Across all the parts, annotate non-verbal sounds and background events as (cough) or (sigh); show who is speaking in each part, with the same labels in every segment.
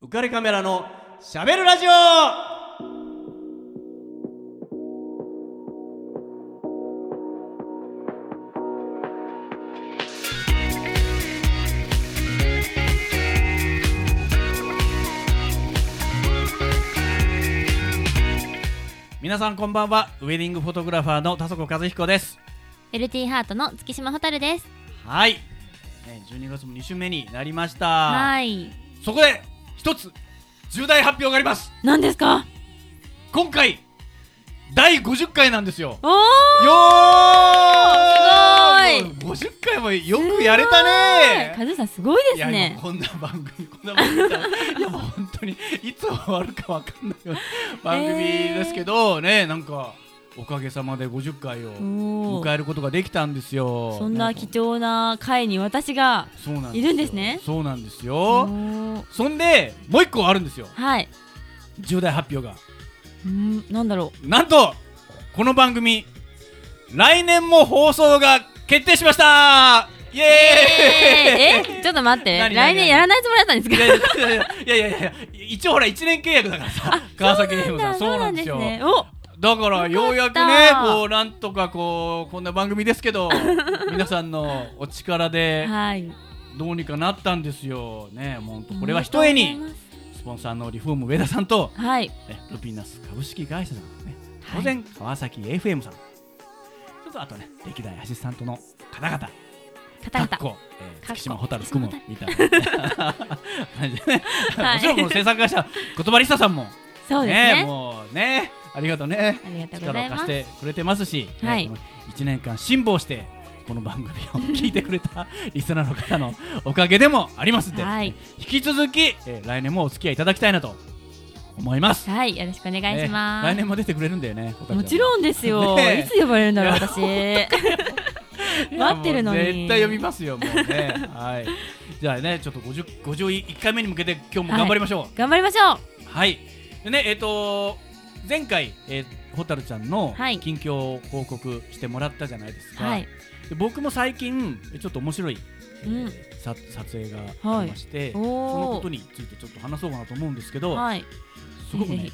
Speaker 1: 浮かれカメラのしゃべるラジオ皆さんこんばんはウェディングフォトグラファーの田底和彦です
Speaker 2: LT ハートの月島蛍です
Speaker 1: はい、ね、12月も2週目になりました
Speaker 2: はい
Speaker 1: そこで一つ重大発表があります
Speaker 2: 何ですか
Speaker 1: 今回第50回なんですよ
Speaker 2: おー
Speaker 1: よー
Speaker 2: すごい
Speaker 1: もう50回もよくやれたね
Speaker 2: カズーさんすごい
Speaker 1: い
Speaker 2: で
Speaker 1: や
Speaker 2: すね
Speaker 1: もうこんな番組こんな番組だいやもう本当にいつ終わるかわかんないような番組ですけど、ねなんかおかげさまで50回を
Speaker 2: お
Speaker 1: 迎
Speaker 2: ー
Speaker 1: えることができたんですよ
Speaker 2: そんな貴重な回に私が
Speaker 1: そうなん
Speaker 2: いるんですね
Speaker 1: そうなんです
Speaker 2: お
Speaker 1: よ
Speaker 2: ー
Speaker 1: そんでもう一個あるんですよ
Speaker 2: はい
Speaker 1: 重大発表が
Speaker 2: うんなんだろ
Speaker 1: なんとこの番組来年も放送が決定しましたイ
Speaker 2: う
Speaker 1: エ
Speaker 2: え
Speaker 1: ーイ
Speaker 2: ー、えちょっと待って
Speaker 1: 何何
Speaker 2: 来年やらないつもりだったんで
Speaker 1: い
Speaker 2: すか
Speaker 1: やいやいやいやいや一応ほら一年契約だからさ川崎レイムさんそうなんですよ
Speaker 2: ねお
Speaker 1: だから
Speaker 2: よ
Speaker 1: よ
Speaker 2: かった
Speaker 1: うやくねこうなんとかこうこんな番組ですけど (laughs) 皆さんのお力で
Speaker 2: はい
Speaker 1: どうにかなったんですよねもうほんとこれはひとえ
Speaker 2: あり
Speaker 1: に
Speaker 2: がとうござい
Speaker 1: スポンサーのリフォーム上田さんと、
Speaker 2: ますはい
Speaker 1: ね、ルピナス株式会社さんとね
Speaker 2: はい
Speaker 1: 当然、川崎 FM さんちょっとあとね歴代アシスタントの方々
Speaker 2: 方
Speaker 1: かっ
Speaker 2: 々
Speaker 1: こ、えー
Speaker 2: こ
Speaker 1: 月島蛍含むみたいな
Speaker 2: (laughs)
Speaker 1: 感じでね、
Speaker 2: はい
Speaker 1: もちろんこの制作会社言葉リサさんも
Speaker 2: そうですね
Speaker 1: もうねありがとうね
Speaker 2: ありがとう
Speaker 1: 力
Speaker 2: ござ
Speaker 1: を
Speaker 2: い
Speaker 1: 貸
Speaker 2: ま
Speaker 1: し
Speaker 2: す
Speaker 1: てくれてますし、ね
Speaker 2: はい
Speaker 1: この1年間辛抱してこの番組を聞いてくれた (laughs) リスナーの方のおかげでもありますんで、
Speaker 2: はい
Speaker 1: 引き続き、えー来年もお付き合いいただきたいなと思います。
Speaker 2: はいよろしくお願いしま
Speaker 1: ね
Speaker 2: す、
Speaker 1: 来年も出てくれるんだよね。
Speaker 2: もちろんですよ、
Speaker 1: ねえ
Speaker 2: いつ呼ばれるんだろう
Speaker 1: いや
Speaker 2: 私待ってるのに
Speaker 1: いやもう絶対読みますよもう
Speaker 2: (laughs)
Speaker 1: ねはいじゃあねちょっと50 51回目に向けて今日も頑張りましょ
Speaker 2: 頑張りましょう
Speaker 1: うはい、でねえっ、と前回、えー、ホタルちゃんの
Speaker 2: はい
Speaker 1: 近況を報告してもらったじゃないですか、
Speaker 2: はい
Speaker 1: で僕も最近ちょっと面白い、えー
Speaker 2: うん
Speaker 1: さ撮影がありまして、
Speaker 2: お
Speaker 1: その
Speaker 2: お
Speaker 1: ことについてちょっと話そうかなと思うんですけど、
Speaker 2: はい
Speaker 1: すごくね
Speaker 2: ぜ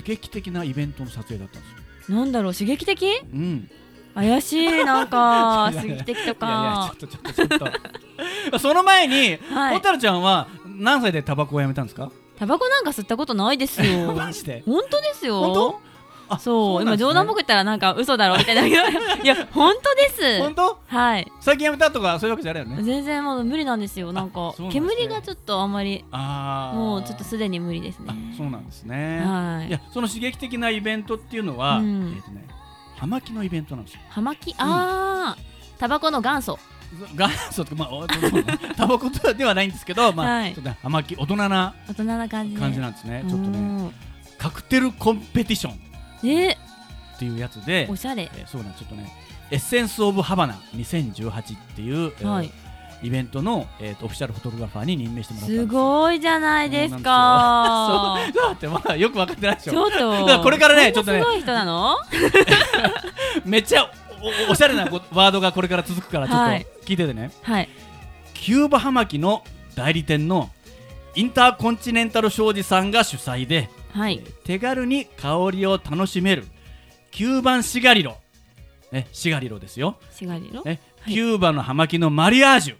Speaker 1: 刺激的なイベントの撮影だったんですよ、
Speaker 2: なんだろう刺激的
Speaker 1: うん、
Speaker 2: 怪し
Speaker 1: (laughs)
Speaker 2: いなんか
Speaker 1: いやいや
Speaker 2: 刺激的と
Speaker 1: いや
Speaker 2: か
Speaker 1: いやちょっとちょっとちょっと (laughs) その前に
Speaker 2: は
Speaker 1: ホ
Speaker 2: い
Speaker 1: タルちゃんは何歳でタバコをやめたんです
Speaker 2: (laughs)
Speaker 1: か？
Speaker 2: タバコなんか吸ったことないです
Speaker 1: (laughs)
Speaker 2: よ
Speaker 1: マジで。
Speaker 2: 本当ですよ
Speaker 1: 本当？あ
Speaker 2: そう
Speaker 1: なん
Speaker 2: 今
Speaker 1: ですね
Speaker 2: 冗談僕言ったらなんか嘘だろみたい
Speaker 1: (laughs)
Speaker 2: ないや本当です
Speaker 1: 本当？
Speaker 2: はい
Speaker 1: 最近やめたとかそういうわけじゃないよね。
Speaker 2: 全然もう無理なんですよなん
Speaker 1: あ
Speaker 2: か
Speaker 1: そうなんですね
Speaker 2: 煙がちょっとあんまり
Speaker 1: ああ。
Speaker 2: もうちょっとすでに無理ですね
Speaker 1: あそうなんですね。
Speaker 2: はい
Speaker 1: いやその刺激的なイベントっていうのは、
Speaker 2: うん
Speaker 1: えっとね、葉巻のイベントなんですよ。
Speaker 2: 葉巻あータバコの元祖
Speaker 1: (laughs) 元祖とかまあおタバコとはではないんですけど、まあ、
Speaker 2: はい
Speaker 1: ちょっとね葉巻大人な
Speaker 2: 大人な感じで
Speaker 1: 感じ
Speaker 2: な
Speaker 1: なんですね。ちょっとね、カクテルコンペティションっ
Speaker 2: え
Speaker 1: ていうやつで
Speaker 2: お、しゃれ
Speaker 1: えーそうなんちょっとね、エッセンスオブハバナ2018っていう。えー
Speaker 2: はい
Speaker 1: イベントの、えーとオフィシャルフォトグラファーに任命してもらったんですす
Speaker 2: ごいじゃないですか
Speaker 1: そうだってまだよく分かってないでし
Speaker 2: ちょ
Speaker 1: ょ
Speaker 2: っと
Speaker 1: だからこれからね
Speaker 2: こんな
Speaker 1: ちょっ
Speaker 2: す
Speaker 1: と
Speaker 2: ごい人なの
Speaker 1: めっちゃおおおしゃれなこワードがこれから続くからちょっ
Speaker 2: はい
Speaker 1: と聞いててね、
Speaker 2: はい
Speaker 1: キューバハマキの代理店のインターコンチネンタル商事さんが主催で、
Speaker 2: は
Speaker 1: え
Speaker 2: い
Speaker 1: ー手軽に香りを楽しめるキューバンシガリロ、ね、シガリロですよ、
Speaker 2: シガリロ
Speaker 1: ね
Speaker 2: はい
Speaker 1: キューバのハマキのマリアージュ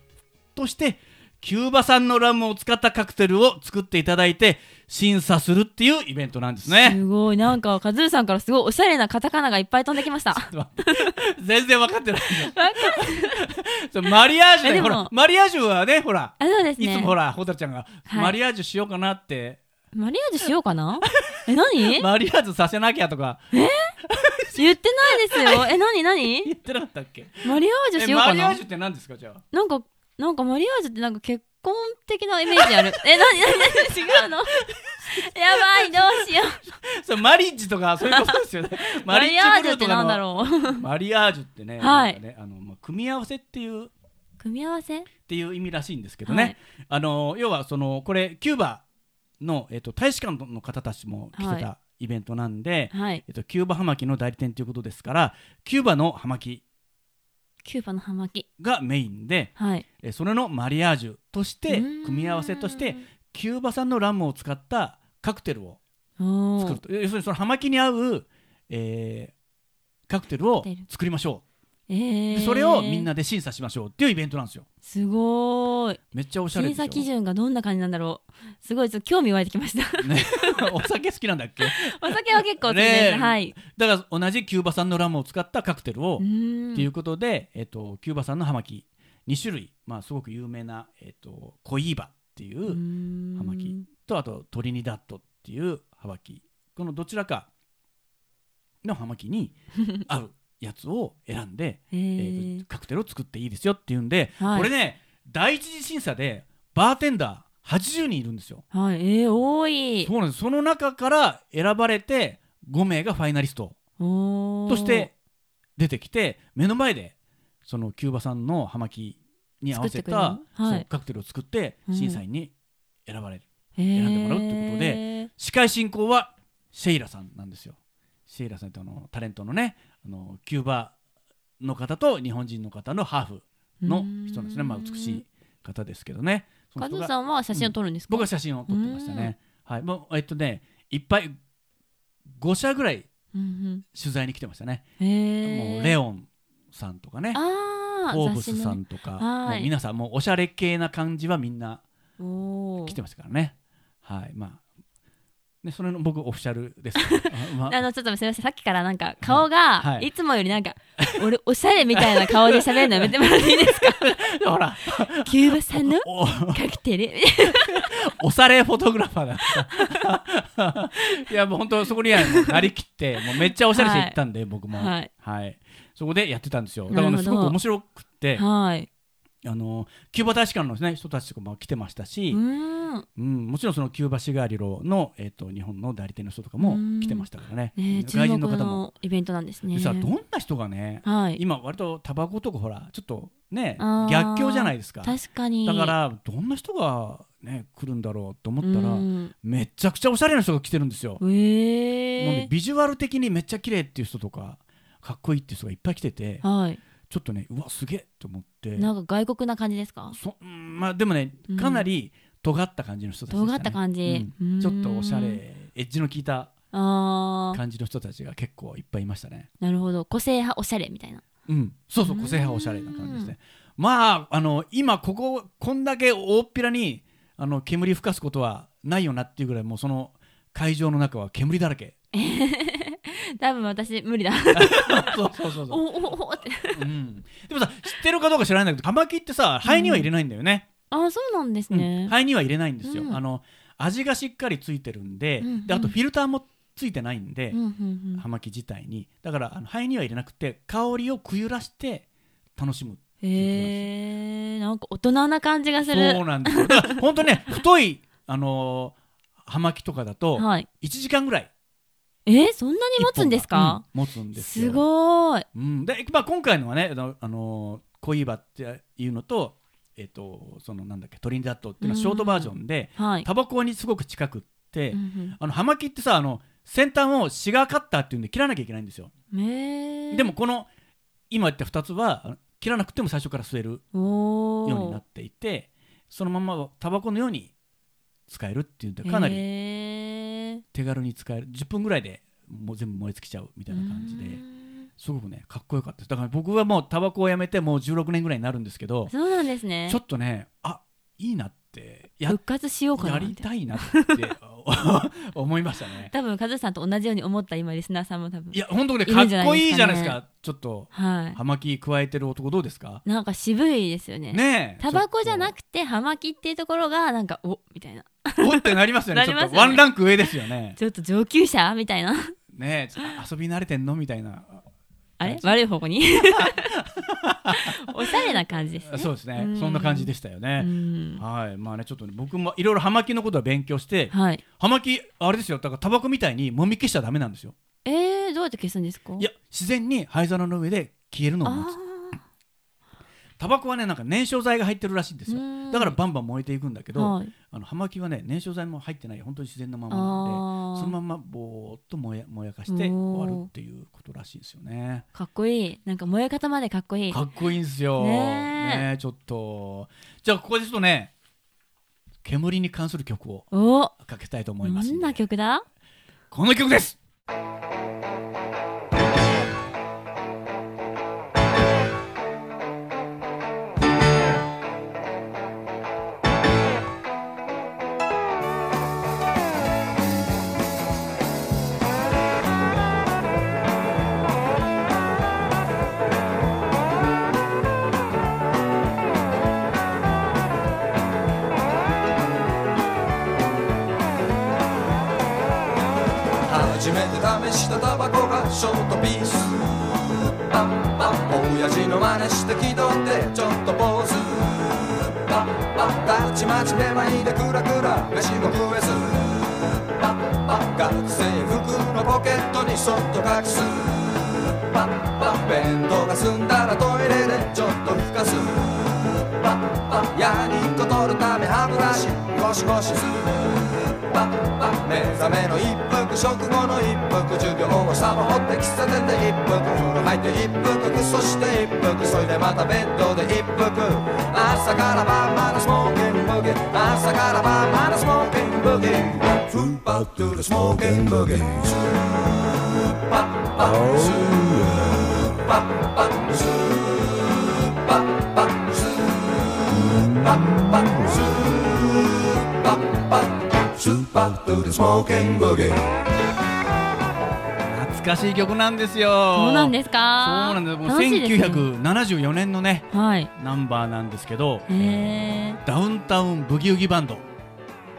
Speaker 1: としてキューバ産のラムを使ったカクテルを作っていただいて審査するっていうイベントなんですね。
Speaker 2: すごいなんかカズーさんからすごいおしゃれなカタカナがいっぱい飛んできましたわ
Speaker 1: (laughs) 全然分かってない
Speaker 2: かる
Speaker 1: そうマリアージュ
Speaker 2: え
Speaker 1: ね
Speaker 2: で
Speaker 1: ほ
Speaker 2: も
Speaker 1: らマリアージュはねほら
Speaker 2: あそうです
Speaker 1: い
Speaker 2: ね
Speaker 1: つもほら蛍ちゃんが、
Speaker 2: はい
Speaker 1: マリアージュしようかなって
Speaker 2: マリアージュしようか
Speaker 1: (laughs)
Speaker 2: なえ何
Speaker 1: マリアージュさせなきゃとか
Speaker 2: 言ってないですよえ何何
Speaker 1: 言ってなかったっけ
Speaker 2: マリアージュし
Speaker 1: え
Speaker 2: よう
Speaker 1: マ
Speaker 2: か
Speaker 1: リアー
Speaker 2: な
Speaker 1: ジュって何ですかじゃあ
Speaker 2: なんかなんかマリアージュってなんか結婚的なイメージ
Speaker 1: (laughs)
Speaker 2: あるえ何何何違うのやばいどうしよう
Speaker 1: そうマリッジとかそういうことですよね
Speaker 2: (laughs) マリアージュ
Speaker 1: ッジブ
Speaker 2: っ
Speaker 1: ル
Speaker 2: て
Speaker 1: ーとかの
Speaker 2: なんだろう
Speaker 1: マリアージュってね,、
Speaker 2: (laughs) はい
Speaker 1: なんかねあのまあ、組み合わせっていうっ
Speaker 2: 組み合わせ
Speaker 1: ていう意味らしいんですけどね、
Speaker 2: はい
Speaker 1: あの要はそのこれキューバの、えっと大使館の方たちも来てたイベントなんで、
Speaker 2: はい
Speaker 1: えっと、キューバハマキの代理店ということですからキューバのハマキ
Speaker 2: キューバの葉巻
Speaker 1: がメインで
Speaker 2: はい
Speaker 1: えーそれのマリアージュとして
Speaker 2: うーん
Speaker 1: 組み合わせとしてキューバ産のラムを使ったカクテルを
Speaker 2: お
Speaker 1: 作る
Speaker 2: ー
Speaker 1: と要するにその葉巻に合う、えーカクテルを作りましょ
Speaker 2: え
Speaker 1: う、
Speaker 2: ー
Speaker 1: でそれをみんなで審査しましょうっていうイベントなんですよ
Speaker 2: すごーい
Speaker 1: めっちゃおしゃれで
Speaker 2: 審
Speaker 1: しょ
Speaker 2: 査基準がどんな感じなんだろうすごいちょっと興味湧いてきました (laughs)
Speaker 1: ね、 (laughs) お酒好きなんだっけ
Speaker 2: お酒は結構好き
Speaker 1: ね
Speaker 2: で
Speaker 1: え
Speaker 2: すはい
Speaker 1: だから同じキューバ産のラムを使ったカクテルを、
Speaker 2: うーん
Speaker 1: っていうことで、えっと、キューバ産の葉巻2種類、まあ、すごく有名な、えっと、コイーバっていうう
Speaker 2: ーん
Speaker 1: 葉巻とあとトリニダッドっていう葉巻このどちらかの葉巻
Speaker 2: (laughs)
Speaker 1: に合うやつを選んで、
Speaker 2: え
Speaker 1: え
Speaker 2: ー
Speaker 1: ーカクテルを作っていいですよっていうんで、
Speaker 2: はい
Speaker 1: これね第一次審査でバーテンダー80人いるんですよ。
Speaker 2: はいえー多い
Speaker 1: そうなんですその中から選ばれて5名がファイナリスト
Speaker 2: おー
Speaker 1: として出てきて目の前でそのキューバ産の葉巻に合わせた、
Speaker 2: 作ってくれるのはい
Speaker 1: そうカクテルを作って
Speaker 2: うん
Speaker 1: 審査員に選ばれる、
Speaker 2: 選
Speaker 1: んでもらうってことで司会進行はシェイラさんなんですよシェイラさんってあのタレントのねあのキューバの方と日本人の方のハーフの人なんですね、まあ、美しい方ですけどねその
Speaker 2: 加
Speaker 1: 人
Speaker 2: 藤
Speaker 1: が
Speaker 2: さんは写真を撮るんですか、
Speaker 1: 僕は写真を撮ってましたねはいもうえっとねいっぱい5社ぐらい
Speaker 2: うん
Speaker 1: 取材に来てましたね、
Speaker 2: うんへー
Speaker 1: もうレオンさんとかね
Speaker 2: あ
Speaker 1: フォーブスさんとか、
Speaker 2: はい
Speaker 1: もう皆さんもうおしゃれ系な感じはみんな来
Speaker 2: 来
Speaker 1: てましたからね。はい、まあ、ね、それの僕オフィシャル
Speaker 2: (laughs)
Speaker 1: ですけど。あまあ
Speaker 2: あのちょっとすみませんさっきからなんか顔が、
Speaker 1: はい
Speaker 2: い、つもよりなんか俺おしゃれみたいな顔で喋るのやめてもらっていいで
Speaker 1: (laughs)
Speaker 2: すか
Speaker 1: ほら、
Speaker 2: キューバさんの
Speaker 1: お、
Speaker 2: カクテル
Speaker 1: おされフォトグラファーだから。いや、もう本当そこにはもうなりきって、もうめっちゃおしゃれして行ったんで、僕も、
Speaker 2: はい
Speaker 1: そこでやってたんですよ。だから
Speaker 2: な
Speaker 1: ね、
Speaker 2: るほ
Speaker 1: す
Speaker 2: ど
Speaker 1: ごく面白くって、
Speaker 2: はい
Speaker 1: あの、キューバ大使館の、ね、人たちとかも来てましたし、
Speaker 2: うーん
Speaker 1: うん、もちろんそのキューバシガーリロの、えっと日本の代理店の人とかも来てましたからね、
Speaker 2: ねえ注
Speaker 1: 外人
Speaker 2: 目
Speaker 1: の方も。
Speaker 2: のイベントなんですね
Speaker 1: でさどんな人がね、
Speaker 2: はい
Speaker 1: 今割とタバコとかほらちょっとね
Speaker 2: あー
Speaker 1: 逆境じゃないですか
Speaker 2: 確かに
Speaker 1: だからどんな人がね来るんだろうと思ったら、
Speaker 2: うん
Speaker 1: めちゃくちゃおしゃれな人が来てるんですよ、
Speaker 2: え
Speaker 1: もうね
Speaker 2: ー、
Speaker 1: ビジュアル的にめっちゃ綺麗っていう人とかかっこいいっていう人がいっぱい来てて
Speaker 2: はい
Speaker 1: ちょっとねうわすげえと思って
Speaker 2: なんか外国な感じですか
Speaker 1: そうんまあでもねかなり尖った感じの人たちでしたね
Speaker 2: 尖った感じ、
Speaker 1: うん
Speaker 2: うーん
Speaker 1: ちょっとおしゃれエッジの効いた
Speaker 2: あー
Speaker 1: 感じの人たちが結構いっぱいいましたね。
Speaker 2: なるほど個性派おしゃれみたいな
Speaker 1: うん、そうそう
Speaker 2: うん
Speaker 1: 個性派おしゃれな感じですね。まああの今こここんだけ大っぴらにあの煙吹かすことはないよなっていうぐらいもうその会場の中は煙だらけ。
Speaker 2: 多分私無理だ
Speaker 1: (laughs) そうそうそうそ
Speaker 2: お
Speaker 1: う。
Speaker 2: おおおって
Speaker 1: うん、でもさ知ってるかどうか知らないんだけど葉巻ってさ肺には入れないんだよね。
Speaker 2: あーそうなんです
Speaker 1: うん
Speaker 2: ね、
Speaker 1: 肺には入れないんですよ。
Speaker 2: うん
Speaker 1: あの味がしっかりついてるんで、
Speaker 2: うんうん
Speaker 1: であとフィルターもついてないんで、
Speaker 2: うんうんうん
Speaker 1: 葉巻自体にだからあの肺には入れなくて香りをくゆらして楽しむ
Speaker 2: へえなんか大人な感じがす
Speaker 1: そう
Speaker 2: る
Speaker 1: なんですよだから本当
Speaker 2: (laughs)
Speaker 1: ね太いあのー葉巻とかだと
Speaker 2: はい
Speaker 1: 1時間ぐらい
Speaker 2: えー、そんなに持つんですか、
Speaker 1: 一本がうん持つんです
Speaker 2: す
Speaker 1: よ
Speaker 2: ごーい
Speaker 1: うん、で、まあ、今回のはねあの、あのー恋バっていうのとえっ、とそのなんだっけトリニダットっていうのはショートバージョンで
Speaker 2: はい、
Speaker 1: タバコにすごく近くって、
Speaker 2: うん
Speaker 1: あの葉巻ってさあの先端をシガーカッターっていうんで切らなきゃいけないんですよ
Speaker 2: うん、えー、
Speaker 1: でもこの今言った2つはあの切らなくても最初から吸える
Speaker 2: おー
Speaker 1: ようになっていてそのままタバコのように使えるっていうんでかなり
Speaker 2: へー
Speaker 1: 手軽に使える10分ぐらいでもう全部燃え尽きちゃうみたいな感じ
Speaker 2: う
Speaker 1: で
Speaker 2: ん
Speaker 1: すごくねかっこよかったですだから僕はもうタバコをやめてもう16年ぐらいになるんですけど
Speaker 2: そうなんですね
Speaker 1: ちょっとねあいいなってや
Speaker 2: 復活しようか
Speaker 1: や
Speaker 2: な
Speaker 1: り
Speaker 2: みたいな
Speaker 1: たいなって (laughs) 思いましたね
Speaker 2: 多分カズさんと同じように思った今リスナーさんも多分
Speaker 1: いや本当ね
Speaker 2: い
Speaker 1: か
Speaker 2: る
Speaker 1: っ
Speaker 2: んじゃないですかね
Speaker 1: こいいじゃないですかちょっと
Speaker 2: は
Speaker 1: 葉巻加えてる男どうですか
Speaker 2: いなんか渋いですよね
Speaker 1: ねえ
Speaker 2: タバコじゃな
Speaker 1: て
Speaker 2: くて葉巻っていうところがなんかおみたいな
Speaker 1: おってなりますよね
Speaker 2: なりま
Speaker 1: ちょっ
Speaker 2: すよね
Speaker 1: とワンランク上ですよね
Speaker 2: (laughs) ちょっと上級者みたいな
Speaker 1: (laughs) ねえちょっと遊び慣れてんのみたいな
Speaker 2: あれ
Speaker 1: 感じ
Speaker 2: 悪い方向に (laughs) おしゃれな感じですね
Speaker 1: そうですね、
Speaker 2: うん
Speaker 1: そんな感じでしたよ
Speaker 2: う
Speaker 1: ね、
Speaker 2: ん
Speaker 1: はいまあねちょっとね僕もいろいろ葉巻のことは勉強して
Speaker 2: はい
Speaker 1: 葉巻あれですよだからタバコみたいにもみ消しちゃダメなんですよ
Speaker 2: えー、どうやって消すんですか
Speaker 1: いや自然に灰皿の上で消えるのを
Speaker 2: あ
Speaker 1: 待つタバコはねなんか燃焼剤が入ってるらしいんですよ
Speaker 2: ー
Speaker 1: だからバンバン燃えていくんだけど、
Speaker 2: はい、
Speaker 1: あの葉巻はね燃焼剤も入ってない本当に自然のままなんで
Speaker 2: あー
Speaker 1: そのままぼーっと燃や燃やかして
Speaker 2: おー
Speaker 1: 終わるっていうことらしいんですよね
Speaker 2: かっこいいなんか燃え方までかっこいい
Speaker 1: かっこいいんですよ。
Speaker 2: ね
Speaker 1: ねえちょっと。じゃあ、ここでちょっとね、煙に関する曲を
Speaker 2: お
Speaker 1: かけたいと思い
Speaker 2: ど
Speaker 1: ます
Speaker 2: ん
Speaker 1: ん
Speaker 2: な
Speaker 1: で
Speaker 2: 曲だ
Speaker 1: この曲です
Speaker 3: 初めて試したタバコがショートピースパッパッ親父の真似して気取ってちょっとポーズパッパッたちまちめまいでクラクラ飯も食えずパッパッ学生服のポケットにそっと隠すパッパッ弁当が済んだらトイレでちょっとふかすパッパッやりっこ取るため歯ブラシゴシゴシするパッパッ目覚めの一服食後の一服授業をサボって喫茶店で一服風呂入って一服クソして一服それでまたベッドで一服朝から晩までスモーキングブギ朝から晩までスモーキングブギ Food back to the smoking boogie パッパッスーパッパッスーパッパッスーパッパッスーパッパッ Soup up to the smoking boogie.
Speaker 1: 懐かしい曲なんですよ
Speaker 2: そうなんです
Speaker 1: そう
Speaker 2: か
Speaker 1: なんですもう
Speaker 2: 楽しいですね
Speaker 1: 1974年のね
Speaker 2: はい
Speaker 1: ナンバーなんですけど
Speaker 2: へえ
Speaker 1: ダウンタウンブギウギバンド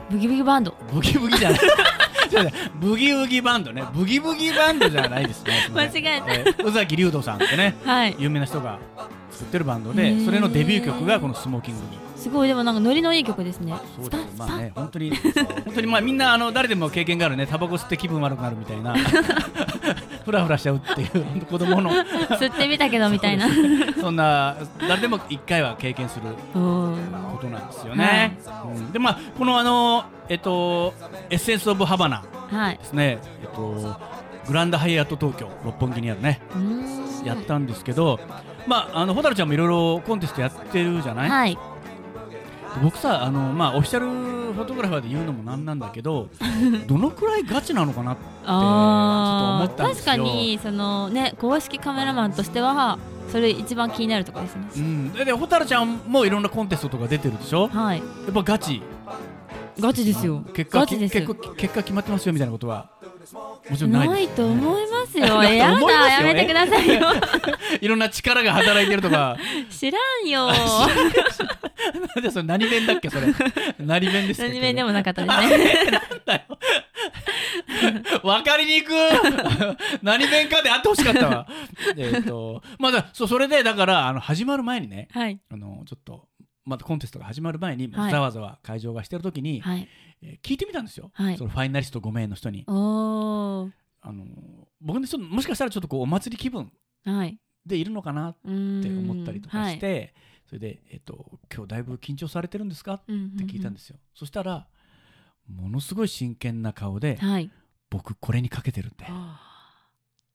Speaker 2: ブギブギバンド
Speaker 1: ブギブギじ
Speaker 2: (laughs)
Speaker 1: ゃないそうだブギウギバンドねブギブギバンドじゃないですねすいません
Speaker 2: 間違えた
Speaker 1: えー宇崎竜斗さんってね
Speaker 2: はい
Speaker 1: 有名な人が作ってるバンド
Speaker 2: へ
Speaker 1: で
Speaker 2: ー
Speaker 1: それのデビュー曲がこの「スモーキングに
Speaker 2: すごいでもなんかノリのいい曲ですね
Speaker 1: そう
Speaker 2: ス
Speaker 1: で
Speaker 2: パ
Speaker 1: す
Speaker 2: ンス
Speaker 1: ま
Speaker 2: パ
Speaker 1: あ
Speaker 2: ン
Speaker 1: ね本当に本当にまあみんなあの誰でも経験があるねタバコ吸って気分悪くなるみた
Speaker 2: (laughs)
Speaker 1: いなフラフラしちゃうっていう本当子供の
Speaker 2: 吸ってみたけどみたいな
Speaker 1: そうですねそんな誰でも一回は経験する
Speaker 2: (laughs) おー
Speaker 1: ことなんですよね、うんでまあこのあのえっとエッセンス・オブ・ハバナ
Speaker 2: はい
Speaker 1: ですねえっとグランドハイアット東京六本木にあるね
Speaker 2: うーん
Speaker 1: やったんですけど、まああの蛍ちゃんもいろいろコンテストやってるじゃない、
Speaker 2: はい
Speaker 1: 僕さあのまあオフィシャルフォトグラファーで言うのもなんなんだけ
Speaker 2: (laughs)
Speaker 1: どどのくらいガチなのかなって
Speaker 2: あ
Speaker 1: ちょっと思ったんで
Speaker 2: ー
Speaker 1: す
Speaker 2: 確
Speaker 1: よ
Speaker 2: かにそのね公式カメラマンとしてはそれ一番気になるところですね
Speaker 1: うんでで蛍ちゃんもいろんなコンテストとか出てるでしょ
Speaker 2: はい
Speaker 1: やっぱガチ
Speaker 2: ガチですよ
Speaker 1: 結果
Speaker 2: ガ
Speaker 1: き
Speaker 2: チです
Speaker 1: 結
Speaker 2: よ
Speaker 1: 果結果決まってますよみたいなことはもちろんな
Speaker 2: ないい
Speaker 1: です
Speaker 2: と思いますよ。
Speaker 1: (laughs) ない
Speaker 2: や
Speaker 1: と思いま
Speaker 2: だ、
Speaker 1: すよ
Speaker 2: やめてくださいよ。
Speaker 1: いろんな力が働いてると
Speaker 2: (laughs)
Speaker 1: か
Speaker 2: 知らん
Speaker 1: (laughs)
Speaker 2: よ。
Speaker 1: なんでそれ何弁だっけ
Speaker 2: (laughs)
Speaker 1: それ何弁ですか
Speaker 2: 何面で
Speaker 1: も
Speaker 2: もなかったですね。
Speaker 1: (laughs) 分かりにく (laughs) い何弁かであってほしかった
Speaker 2: (laughs)
Speaker 1: わえっとまあだそうそれでだからあの始まる前にね
Speaker 2: はい。
Speaker 1: あのちょっとまたコンテストが始まる前に、
Speaker 2: はい
Speaker 1: ざわざわ会場がしてる時に、
Speaker 2: はい。
Speaker 1: えー聞いてみたんですよ、
Speaker 2: はい
Speaker 1: そのファイナリスト5名の人に
Speaker 2: おー。
Speaker 1: あの僕ねちょっともしかしたらちょっとこうお祭り気分
Speaker 2: はい。
Speaker 1: でいるのかなっ
Speaker 2: うーん
Speaker 1: て思ったりとかし。
Speaker 2: はい
Speaker 1: て、それで、えっと「今日だいぶ緊張されてるんですか?」
Speaker 2: う
Speaker 1: って聞いたん
Speaker 2: す。
Speaker 1: ですよ、そしたらものすごい真剣な顔で
Speaker 2: はい。
Speaker 1: 「僕これにかけてるんで」っ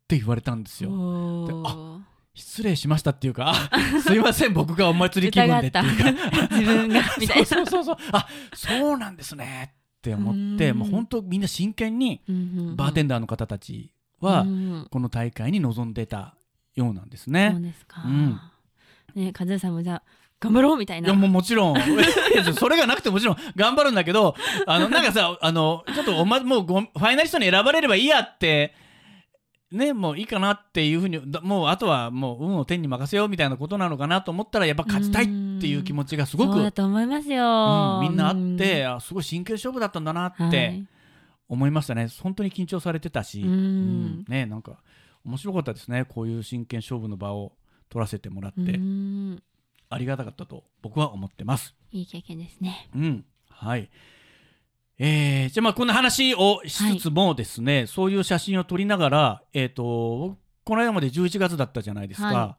Speaker 1: て言われたんですよ
Speaker 2: お
Speaker 1: で
Speaker 2: ー。
Speaker 1: 失礼しましたっていうかあ「すいません僕がお祭り気分で」っていうか
Speaker 2: (laughs) 自分がみたい
Speaker 1: (laughs)
Speaker 2: な
Speaker 1: そうそうそうそうあそうなんですねって思って
Speaker 2: うん
Speaker 1: もう本当みんな真剣にバーテ
Speaker 2: ン
Speaker 1: ンダーの方たちはこの大会に臨んでたようなんですね
Speaker 2: そう。ですか
Speaker 1: うん。
Speaker 2: ね、和代さんもじゃあ、頑張ろうみたい
Speaker 1: い
Speaker 2: な。
Speaker 1: やもうもち
Speaker 2: (laughs)
Speaker 1: ろんいやそれがなくてもちろん頑張るんだけどあ
Speaker 2: (laughs)
Speaker 1: のなんかさあのちょっとお、ま、もうごファイナリストに選ばれればいいやってねもういいかなっていうふうにだもうあとはもう運を天に任せようみたいなことなのかなと思ったらやっぱ勝ちたいっていう気持ちがすごく、
Speaker 2: そううんだと思いますよ。
Speaker 1: みんなあってあすごい真剣勝負だったんだな
Speaker 2: うん。
Speaker 1: っ
Speaker 2: は
Speaker 1: て
Speaker 2: い
Speaker 1: 思いましたね、本当に緊張されてたし、
Speaker 2: うん
Speaker 1: うんねなんか面白かったですねこういう真剣勝負の場を取らせてもらって、
Speaker 2: うん
Speaker 1: ありがたかったと僕は思ってます。
Speaker 2: いい経験ですね。
Speaker 1: うん、はい。えー、じゃあまあこんな話をしつつもですね、そういう写真を撮りながら、えっ、と、この間まで11月だったじゃないですか。
Speaker 2: は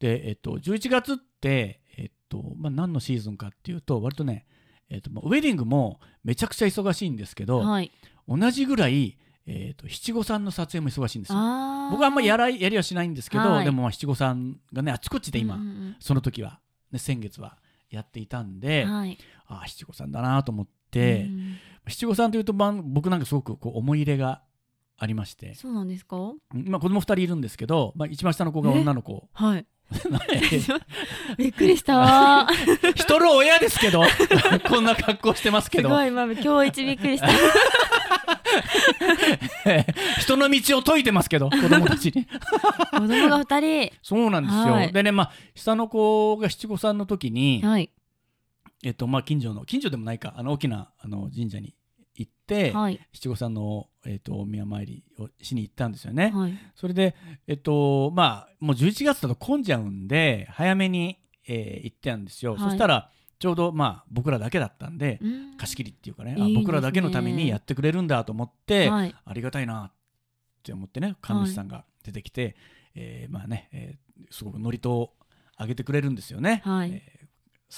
Speaker 1: で、えっ、と、11月って、えっ、と、まあ何のシーズンかっていうと、割とね、えっ、と、まあウェディングもめちゃくちゃ忙しいんですけど、
Speaker 2: はい。
Speaker 1: 同じぐらい、えっ、と、七五三の撮影も忙しいんですよ。
Speaker 2: あ
Speaker 1: 僕はあんまや
Speaker 2: ら
Speaker 1: らいやりはしないんですけど、
Speaker 2: はい
Speaker 1: でもまあ七五三がね、あちこちで今、
Speaker 2: うんうんうん
Speaker 1: その時は、ね、先月はやっていたんで、
Speaker 2: はい
Speaker 1: ああ七五三だなと思って、
Speaker 2: うん
Speaker 1: 七五三というとまあ僕なんかすごくこう思い入れがありまして、
Speaker 2: そうなんですか
Speaker 1: うんまあ、子供二人いるんですけど、まあ、一番下の子が女の子 (laughs)
Speaker 2: はい
Speaker 1: 何
Speaker 2: (laughs) びっくりした
Speaker 1: 人の親ですけど (laughs) こんな格好してます (laughs) け
Speaker 2: す
Speaker 1: ど
Speaker 2: ごいまあ今日一びっ
Speaker 1: (laughs)
Speaker 2: くりした
Speaker 1: 人の道を解いてますけど子供たち
Speaker 2: (laughs)
Speaker 1: に
Speaker 2: 子供が二
Speaker 1: そうなんですよ、
Speaker 2: はい
Speaker 1: でねまあ下の子が七五三の時に
Speaker 2: 人、はい
Speaker 1: えっとまあ、近所の近所でもないかあの大きなあの神社に行って、
Speaker 2: はい
Speaker 1: 七五三の、えっと、お宮参りをしに行ったんですよね、
Speaker 2: はい
Speaker 1: それでえっとまあもう11月だと混んじゃうんで早めに、えー行ってたんですよ、
Speaker 2: はい
Speaker 1: そしたらちょうどまあ僕らだけだったんで
Speaker 2: うん
Speaker 1: 貸し切りっていうかね
Speaker 2: いいです
Speaker 1: あ
Speaker 2: ね
Speaker 1: 僕らだけのためにやってくれるんだと思って、
Speaker 2: はい
Speaker 1: ありがたいなって思ってね神主さんが出てきて、えーまあね、えーすごく祝詞をあげてくれるんですよね、
Speaker 2: はい
Speaker 1: えー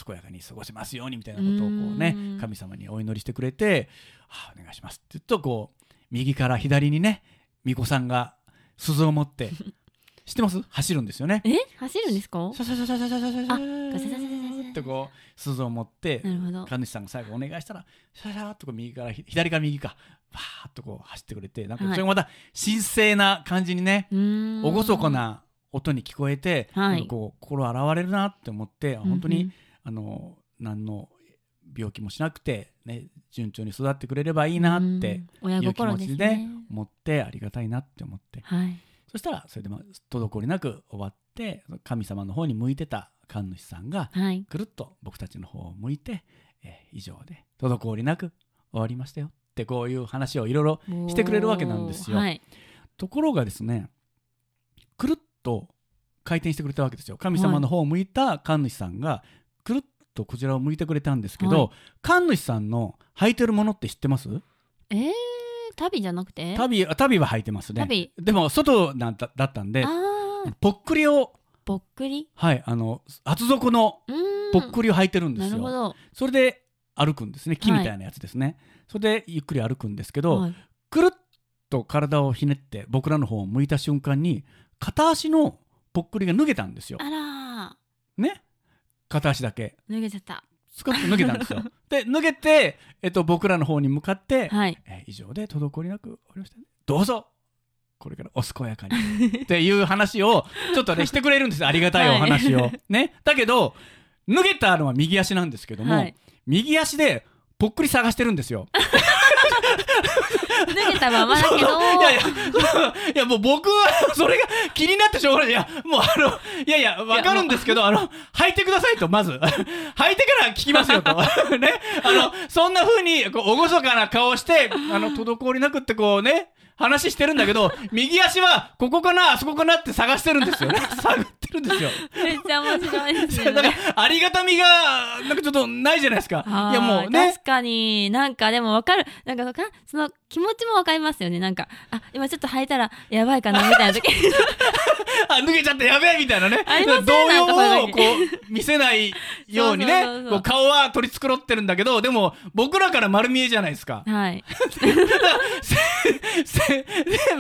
Speaker 1: 健やかに過ごせますようにみたいなことをこうね
Speaker 2: うーん
Speaker 1: 神様にお祈りしてくれて「はあお願いします」って言うとこう右から左にね巫女さんが鈴を持って
Speaker 2: (laughs)
Speaker 1: 知ってます走るんですよね。
Speaker 2: え走るんですか
Speaker 1: シャシャシャシャシャシャシャシャシ
Speaker 2: あ
Speaker 1: ャ
Speaker 2: ガサガサガサガサ
Speaker 1: ってこう鈴を持って
Speaker 2: なるほど
Speaker 1: 神主さんが最後お願いしたらシャシャーっとこう右からひ左から右かバーっとこう走ってくれてなんかそ
Speaker 2: はい
Speaker 1: れがまた神聖な感じにね、
Speaker 2: うーん
Speaker 1: 厳かな音に聞こえて、
Speaker 2: は
Speaker 1: な
Speaker 2: い
Speaker 1: んかこう心洗われるなって思って、あ本当に、
Speaker 2: うんうん
Speaker 1: あの何の病気もしなくて、ね、順調に育ってくれればいいなって
Speaker 2: うん
Speaker 1: い
Speaker 2: 親
Speaker 1: う気
Speaker 2: 心
Speaker 1: 持
Speaker 2: で
Speaker 1: ち
Speaker 2: す
Speaker 1: で
Speaker 2: ね
Speaker 1: 思ってありがたいなって思って
Speaker 2: はい
Speaker 1: そしたらそれでまあ滞りなく終わって神様の方に向いてた神主さんが
Speaker 2: はい
Speaker 1: くるっと僕たちの方を向いて、えー以上で滞りなく終わりましたよってこういう話をいろいろしてくれるわけなんですよ
Speaker 2: おーはい
Speaker 1: ところがですねくるっと回転してくれたわけですよ神様の方を向いた神主さんがくるっとこちらを向いてくれたんですけど、
Speaker 2: は
Speaker 1: 神主さんの履いてるものって知ってます
Speaker 2: えー旅じゃなくて
Speaker 1: 足袋あ足袋は履いてますね
Speaker 2: 旅
Speaker 1: でも外なんだだったんで
Speaker 2: あー
Speaker 1: ぽっくりを
Speaker 2: ぽっくり
Speaker 1: はいあの厚底の
Speaker 2: うーん
Speaker 1: ぽっくりを履いてるんで
Speaker 2: な
Speaker 1: す
Speaker 2: る
Speaker 1: よ、
Speaker 2: ほど
Speaker 1: それで歩くんですね木みたいなやつですね、それでゆっくり歩くんですけど、
Speaker 2: はい
Speaker 1: くるっと体をひねって僕らの方を向いた瞬間に片足のぽっくりが脱げたんですよ
Speaker 2: あら
Speaker 1: ね片足だけ
Speaker 2: ー脱げちゃった
Speaker 1: スカッと脱げたんです
Speaker 2: (laughs)
Speaker 1: よで脱げて、えっと、僕らの方に向かって、
Speaker 2: はい (laughs)
Speaker 1: えー以上で滞りなく終わりましたねどうぞこれからお健やかにっていう話をちょっとねしてくれるんですよありがたいお話を、
Speaker 2: は
Speaker 1: ねだけど脱げたのは右足なんですけども、
Speaker 2: はい
Speaker 1: 右足でぽっくり探してるんですよ。
Speaker 2: 脱げたままだ
Speaker 1: そう
Speaker 2: けど
Speaker 1: そういやいや、いやもう (laughs) 僕はそれが気になってしょうがない。いや、もうあの、いやいや、わかるんですけど、あの、履いてくださいと、まず。 (laughs) 履いてから聞きますよと。 (laughs) ね。あの、そんな風に、こう、おごそかな顔して、あの、滞りなくってこうね、話してるんだけど、右足は、ここかな、あそこかなって探してるんですよね。探ってるんですよ。
Speaker 2: めっちゃ面白いで
Speaker 1: だ
Speaker 2: す
Speaker 1: から
Speaker 2: よね。、
Speaker 1: ありがたみが、なんかちょっとないじゃないですか。いや、もう
Speaker 2: あー
Speaker 1: ね。
Speaker 2: 確かに、なんかでもわかる。なんかわかん、その気持ちもわかりますよね。なんか、あ、今ちょっと履いたらやばいかなみたい
Speaker 1: (laughs)
Speaker 2: な時。
Speaker 1: あ抜けちゃったやべえみたいなね
Speaker 2: ありません
Speaker 1: 動
Speaker 2: なんかそ
Speaker 1: 揺を
Speaker 2: ういう時
Speaker 1: こう見せないようにね
Speaker 2: そうそうそうそう
Speaker 1: こう顔は取り繕ってるんだけどでも僕らから丸見えじゃないですか。 (laughs)
Speaker 2: はい。
Speaker 1: せね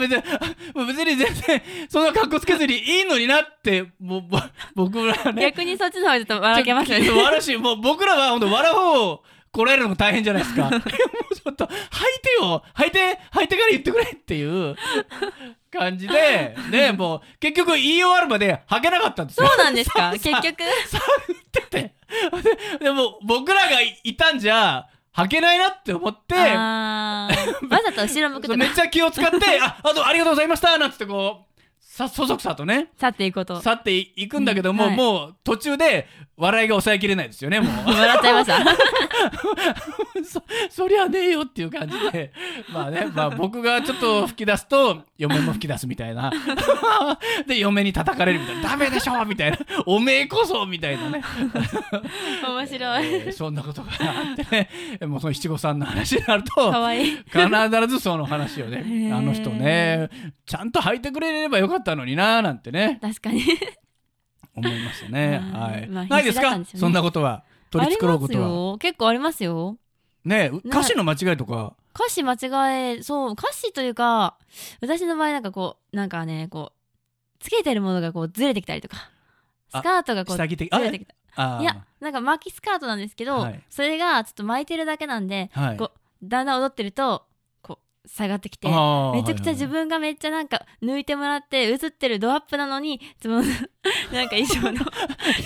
Speaker 1: 別にあ別に全然そんな格好つけずにいいのになってぼぼ僕らはね
Speaker 2: 逆にそっちの方がちょっと笑けますよね
Speaker 1: ちょ。っと笑うしもう僕らは本当笑う方をこらえるのも大変じゃない
Speaker 2: (laughs)
Speaker 1: ですかいやもうちょっと履いてよ履いて履いてから言ってくれっていう感じでねもう結局言い終わるまで履けなかったんです
Speaker 2: そ
Speaker 1: よ
Speaker 2: うなんですか
Speaker 1: そう
Speaker 2: 結
Speaker 1: そう
Speaker 2: 局。
Speaker 1: って (laughs) ででも僕らがいたんじゃ履けないなって思って
Speaker 2: あー (laughs) わざと後ろ向く
Speaker 1: そう
Speaker 2: と
Speaker 1: め
Speaker 2: か
Speaker 1: っ、ちゃ気を使
Speaker 2: (laughs)
Speaker 1: って「ああとありがとうございました」なんつってこうさそそくさとね
Speaker 2: 去っていくこと。
Speaker 1: 去っていくんだけども、
Speaker 2: うんはい
Speaker 1: もう途中で笑いが抑えきれないですよねもう。
Speaker 2: 笑っちゃいました。
Speaker 1: (laughs) そそりゃねえよっていう感じ
Speaker 2: (laughs)
Speaker 1: でまあね、まあ、僕がちょっと吹き出すと嫁も吹き出すみたいなで嫁に叩かれるみたいな「ダメでしょ!」みたいな「おめえこそ!」みたいなね、
Speaker 2: 面白い。
Speaker 1: えーそんなことがあってねもうその七五三の話になる
Speaker 2: か
Speaker 1: と
Speaker 2: わいい。
Speaker 1: 必ずその話を
Speaker 2: へ
Speaker 1: ね
Speaker 2: え
Speaker 1: あの人ねちゃんと履いてくれればよかったのになーなんてね
Speaker 2: 確かに。
Speaker 1: 思いましたね。
Speaker 2: あー
Speaker 1: はい
Speaker 2: まあ
Speaker 1: ないです
Speaker 2: 必死だっ
Speaker 1: か
Speaker 2: たんですよね
Speaker 1: そんなことは取
Speaker 2: あ
Speaker 1: り
Speaker 2: り
Speaker 1: 繕う
Speaker 2: ま
Speaker 1: こ
Speaker 2: す
Speaker 1: とは。
Speaker 2: よ。結構ありますよ。
Speaker 1: ね歌詞の間違いとか
Speaker 2: 歌詞間違えそう歌詞というか私の場合なんかこうなんかねこうつけてるものがこうずれてきたりとか
Speaker 1: あ
Speaker 2: スカートがこう
Speaker 1: 下着的
Speaker 2: ずれてきた
Speaker 1: あー
Speaker 2: いやなんか巻きスカートなんですけど、
Speaker 1: はい
Speaker 2: それがちょっと巻いてるだけなんで、
Speaker 1: はい
Speaker 2: こうだんだん踊ってるとこう下がってきて
Speaker 1: あー
Speaker 2: めちゃくちゃ自
Speaker 1: はい
Speaker 2: 分がめっちゃなんか抜いてもらって映ってるドアップなのにその (laughs) なんか衣
Speaker 1: (laughs)
Speaker 2: 装の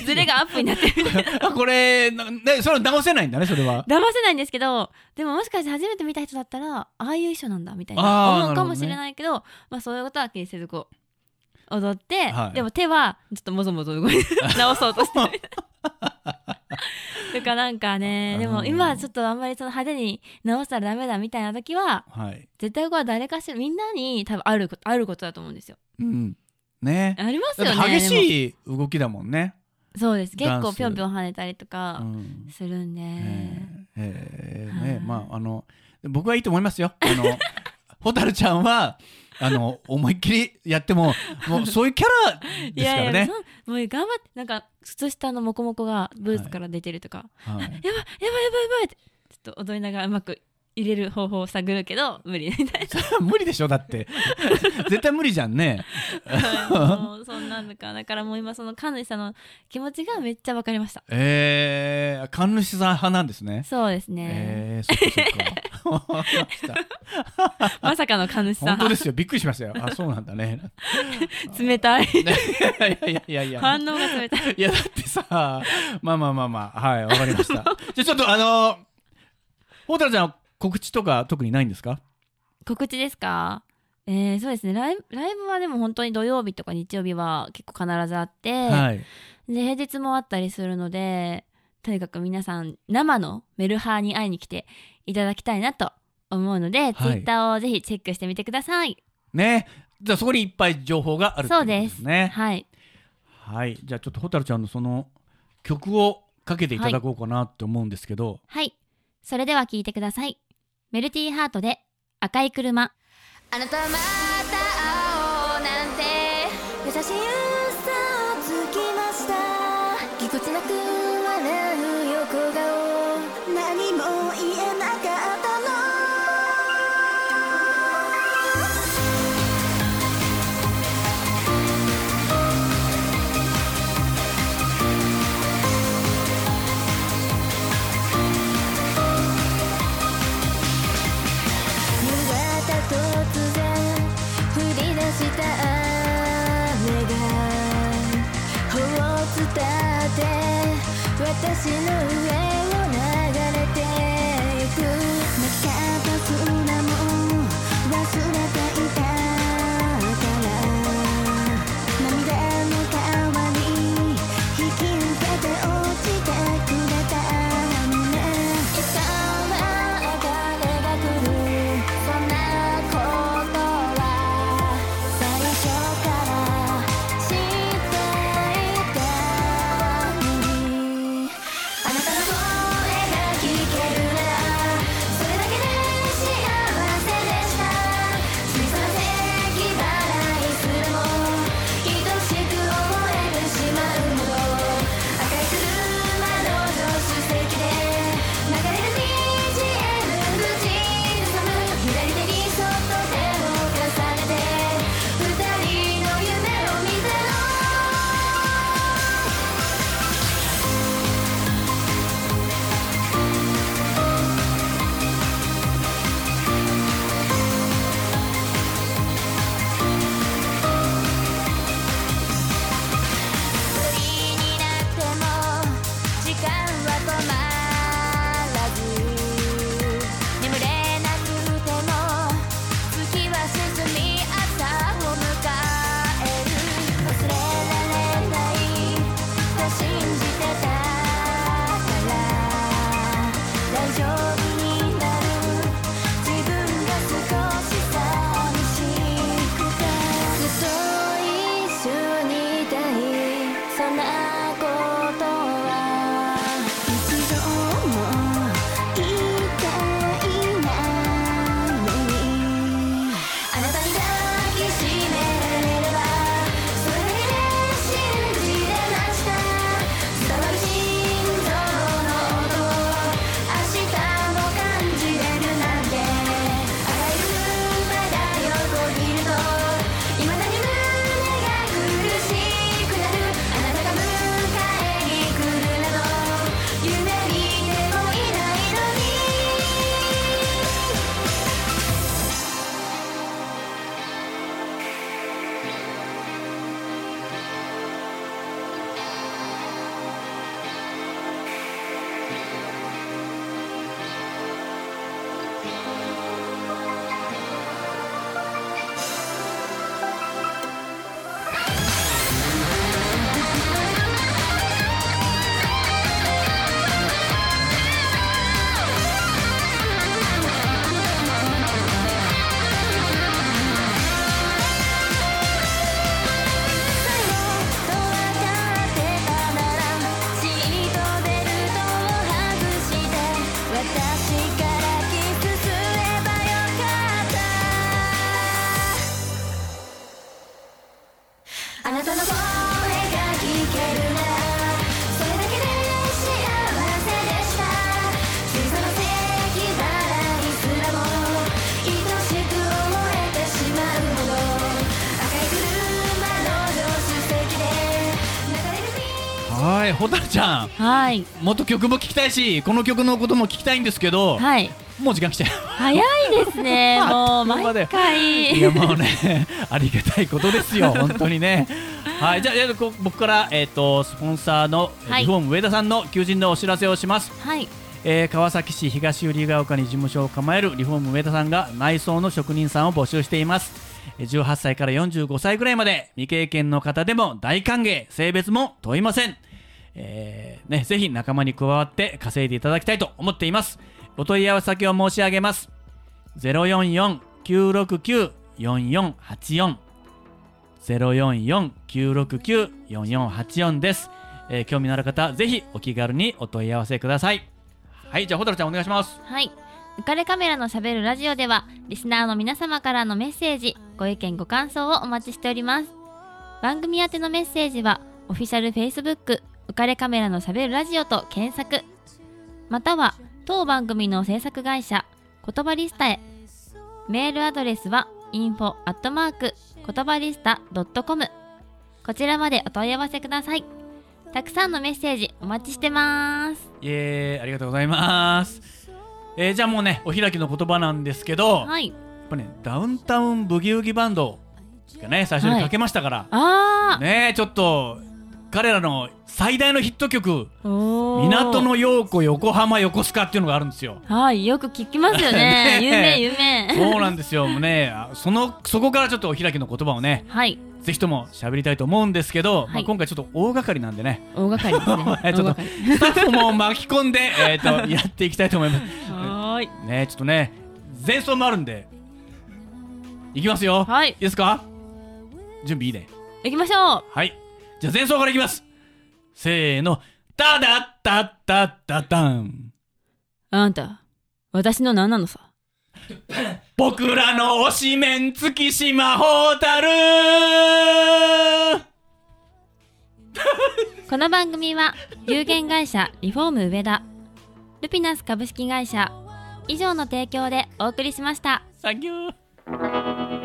Speaker 2: ズレがアップになってる (laughs) みたいな
Speaker 1: はいはいあ (laughs) これなねそれ直せないんだねそれは
Speaker 2: 騙せないんですけどでももしかして初めて見た人だったらああいう衣装なんだみたい
Speaker 1: あー
Speaker 2: な思うかも
Speaker 1: なるほど
Speaker 2: し
Speaker 1: ね
Speaker 2: れないけどまあ、そういうことは気にせずこう踊って、
Speaker 1: はい
Speaker 2: でも手はちょっともぞもぞ動いて (laughs) 直そうとしてる (laughs) みたいな。とかなんかねで
Speaker 1: う
Speaker 2: も
Speaker 1: ん
Speaker 2: 今はちょっとあんまりその派手に直したらダメだみたいな時は
Speaker 1: はい
Speaker 2: 絶対これは誰かしらみんなに多分あることあることだと思うんですよ。
Speaker 1: うんね
Speaker 2: あります
Speaker 1: だ
Speaker 2: よ
Speaker 1: って
Speaker 2: ね。
Speaker 1: 激
Speaker 2: でも
Speaker 1: しい動きだもんね
Speaker 2: そうです結
Speaker 1: ダン
Speaker 2: 構
Speaker 1: ス
Speaker 2: ぴょんぴょん跳ねたりと
Speaker 1: う
Speaker 2: か
Speaker 1: ん
Speaker 2: するんで、
Speaker 1: ええええ
Speaker 2: は
Speaker 1: ね
Speaker 2: い
Speaker 1: まああの僕はいいと思いますよ。あの (laughs) 蛍ちゃんはあの思いっきりやってももうそういうキャラですからね。
Speaker 2: そんもう頑張ってなんか靴下のモコモコがブーツから出てるとか、
Speaker 1: はい
Speaker 2: やばいやばいやばいやばいってちょっと踊りながらうまく入れる方法を探る
Speaker 1: (laughs)
Speaker 2: けど無理み (laughs) たい
Speaker 1: それは無理でしょだって (laughs) 絶対無理じゃんね。
Speaker 2: なもうそんなのかだからもう今その神主さんの気持ちがめっちゃ分かりました
Speaker 1: ええ神主さん派なんですね。
Speaker 2: そうですね、
Speaker 1: ええそっかそっかわかりました。
Speaker 2: (laughs) まさかの神主さ
Speaker 1: 本当
Speaker 2: ん
Speaker 1: ですよびっくりしましたよ。あそうなんだね。
Speaker 2: (laughs) 冷たい (laughs)
Speaker 1: いやいやいやいやいや。
Speaker 2: 反応が冷たい
Speaker 1: いやだってさまあまあまあまあはいわかりましたじゃあちょっとあのー、蛍ちゃん告知とか特にないんですか
Speaker 2: 告知ですかえー、そうですねライブライブはでも本当に土曜日とか日曜日は結構必ずあって、
Speaker 1: はい
Speaker 2: で平日もあったりするのでとにかく皆さん生のメルハーに会いに来ていただきたいなと思うので、ツイッターをぜひチェックしてみてください
Speaker 1: ねじゃあそこにいっぱい情報があるってこ
Speaker 2: そ
Speaker 1: と
Speaker 2: うです
Speaker 1: ですね
Speaker 2: はい
Speaker 1: はいじゃあちょっと蛍ちゃんのその曲をかけていただこうかなって思うんですけど、
Speaker 2: はいそれでは聞いてくださいメルティーハートで赤い車
Speaker 4: あなたまた会おうなんて優しい嘘をつきましたぎこちなく笑う横顔何も言えなかったの夕方突然降り出した雨がほを伝って私の上を流れていく泣き方すらも忘れていたから涙の代わり引き受けて落ちてくれたんだいつから誰が来るそんなことは最初から知っていたのにあなたの声
Speaker 1: はい蛍ちゃん
Speaker 2: はい
Speaker 1: もっと曲も聞きたいしこの曲のことも聞きたいんですけど、
Speaker 2: はい
Speaker 1: もう時間来ちゃ
Speaker 2: 早いですねもう
Speaker 1: あっという間だ
Speaker 2: 毎
Speaker 1: よういや
Speaker 2: 回
Speaker 1: もうね (laughs) ありがたいことです
Speaker 2: (laughs)
Speaker 1: よ本当にねはいじゃあいやこ僕から、えー、とスポンサーの
Speaker 2: はい
Speaker 1: リフォーム上田さんの求人のお知らせをします、
Speaker 2: はい
Speaker 1: えー川崎市東百合ヶ丘に事務所を構えるリフォーム上田さんが内装の職人さんを募集していますえー18歳から45歳ぐらいまで未経験の方でも大歓迎性別も問いません、えーね、ぜひ仲間に加わって稼いでいただきたいと思っていますお問い合わせ先を申し上げます044-969-4484 044-969-4484です、えー興味のある方ぜひお気軽にお問い合わせくださいはいじゃあ蛍ちゃんお願いします
Speaker 2: はい。浮かれカメラのしゃべるラジオでは、リスナーの皆様からのメッセージ、ご意見、ご感想をお待ちしております。番組宛てのメッセージは、オフィシャル Facebook、浮かれカメラのしゃべるラジオと検索、または、当番組の制作会社、言葉リスタへ。メールアドレスは、info アットマーク、言葉リスタ .com。こちらまでお問い合わせください。たくさんのメッセージお待ちしてます。
Speaker 1: イエーイありがとうございますえーじゃあもうねお開きの言葉なんですけど、やっ
Speaker 2: はい。
Speaker 1: ぱねダウンタウンブギウギバンドがね最初にかけましたから、
Speaker 2: あー、
Speaker 1: ねえちょっと彼らの最大のヒット曲「
Speaker 2: おー
Speaker 1: 港の陽子横浜横須賀」っていうのがあるんですよ
Speaker 2: はいよく聞きますよ
Speaker 1: (laughs)
Speaker 2: ね
Speaker 1: ね
Speaker 2: 有名有名
Speaker 1: そうなんですよ。もうね、あそのそこからちょっとお開きの言葉をね、
Speaker 2: はい
Speaker 1: ぜひとも喋りたいと思うんですけど、
Speaker 2: い
Speaker 1: まあ、今回ちょっと大掛かりなんでね、
Speaker 2: 大掛かりで
Speaker 1: (laughs) ち
Speaker 2: すね
Speaker 1: ょ
Speaker 2: 大
Speaker 1: っと
Speaker 2: 掛
Speaker 1: ス
Speaker 2: かり
Speaker 1: タッフも巻き込んでえっとやっていきたいと思います。
Speaker 2: はーい
Speaker 1: ね、ちょっとね、前奏もあるんで、いきますよ。
Speaker 2: はい
Speaker 1: いですか？準備いいね。
Speaker 2: 行きましょ
Speaker 1: はい。じゃあ前奏からいきます。せーの、ただったったったたん。
Speaker 2: うあんた私の何なのさ
Speaker 1: 僕らの推しメン月島ホタル。
Speaker 2: この番組は有限会社リフォーム上田ルピナス株式会社以上の提供でお送りしました
Speaker 1: サンキュー。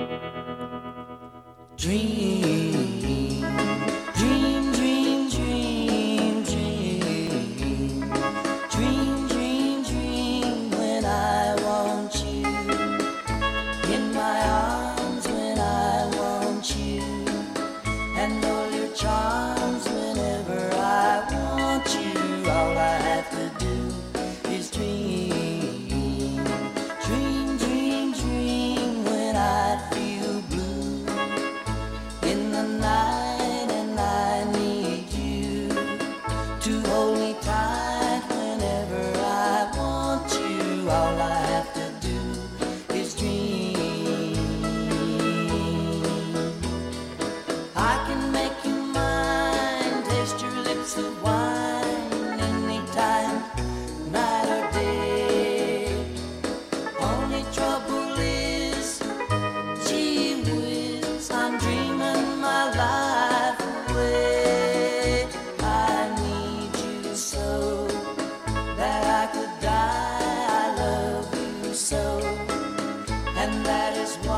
Speaker 5: Dream, dream, dream when I want you. In my arms when I want you. And all your charms whenever I want you. All I have to do is dream. Dream, dream, dream when I feel blue. In the night and I need you to hold me tight whenever I want you. All I have to do is dream. I can make you mine, taste your lips of wine anytime, night or day. Only trouble is, gee whiz, I'm dreaming my life away. I need you so that I could die. I love you so, and that is why